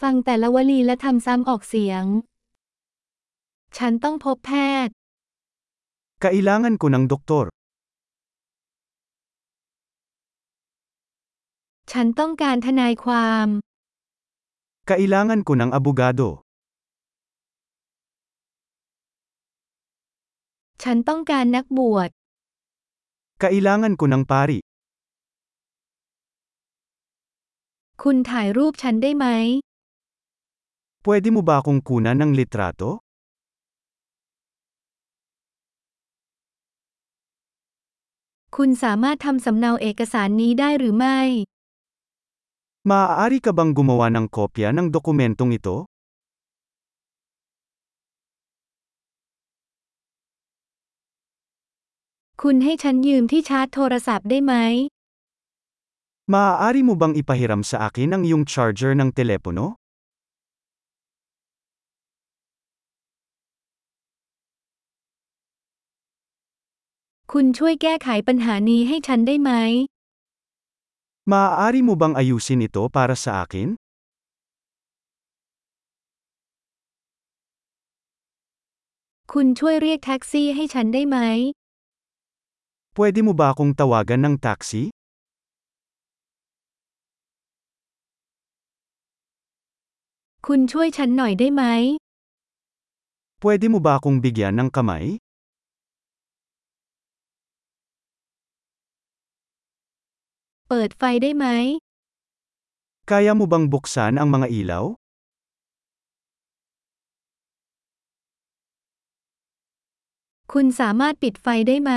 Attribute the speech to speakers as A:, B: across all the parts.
A: ฟังแต่ละวลีและทำซ้ำออกเสียง ฉันต้องพบแพทย์
B: Kailangan ko ng doktor.
A: ฉันต้องการทนายความ
B: Kailangan ko ng abogado.
A: ฉันต้องการนักบวช
B: Kailangan ko ng pari.
A: คุณถ่ายรูปฉันได้ไหม
B: Pwede mo ba akong kunan ng litrato?
A: คุณสามารถทำสำเนาเอกสารนี้ได้หรือไม่
B: Maaari ka bang gumawa ng kopya ng dokumentong ito?
A: คุณให้ฉันยืมที่ชาร์จโทรศัพท์ได้ไหม
B: Maaari mo bang ipahiram sa akin ang iyong charger ng telepono?
A: คุณช่วยแก้ไขปัญหานี้ให้ฉันได้ไหม
B: Maaari mo bang ayusin ito para sa akin?
A: คุณช่วยเรียกแท็กซี่ให้ฉันได้ไหม
B: Pwede mo ba akong tawagan ng taxi?
A: คุณช่วยฉันหน่อยได้ไหม
B: Pwede mo ba akong bigyan ng kamay?
A: เปิดไฟได้ไหม
B: Kaya mo bang buksan ang mga ilaw?
A: คุณสามารถปิดไฟได้ไหม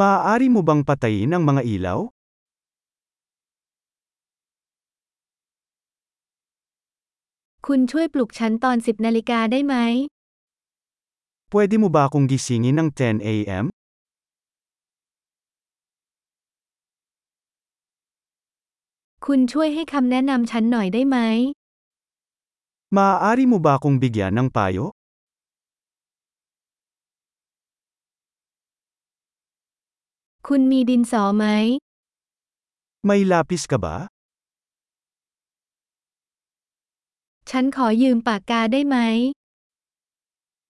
B: Maaari mo bang patayin ang mga ilaw?
A: คุณช่วยปลุกฉันตอน 10นาฬิกาได้ไหม
B: Pwede mo ba akong gisingin ng 10 a.m.?
A: คุณช่วยให้คำแนะนำฉันหน่อยได้ไหม
B: Maaari mo ba akong bigyan ng payo?
A: คุณมีดินสอไหม
B: May lapis ka ba?
A: ฉันขอยืมปากกาได้ไหม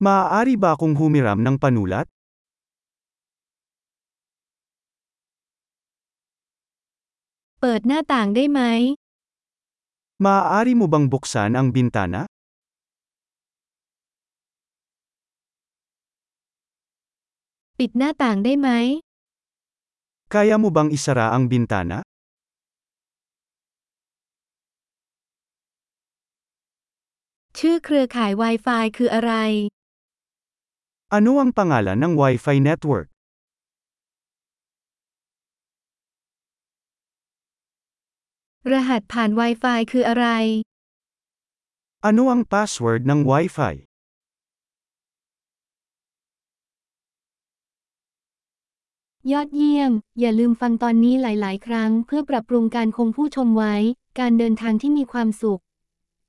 B: Maaari ba akong humiram ng panulat?
A: เปิดหน้าต่างได้ไหม
B: Maaari mo bang buksan ang bintana?
A: ปิดหน้าต่างได้ไหม
B: Kaya mo bang isara ang bintana?
A: ชื่อเครือข่าย Wi-Fi คืออะไร
B: Ano ang pangalan ng Wi-Fi network?
A: รหัสผ่าน Wi-Fi คืออะไร
B: Ano ang password ng Wi-Fi?
A: ยอดเยี่ยม อย่าลืมฟังตอนนี้หลาย ๆ ครั้ง เพื่อปรับปรุงการคงผู้ชมไว้ การเดินทางที่มีความสุข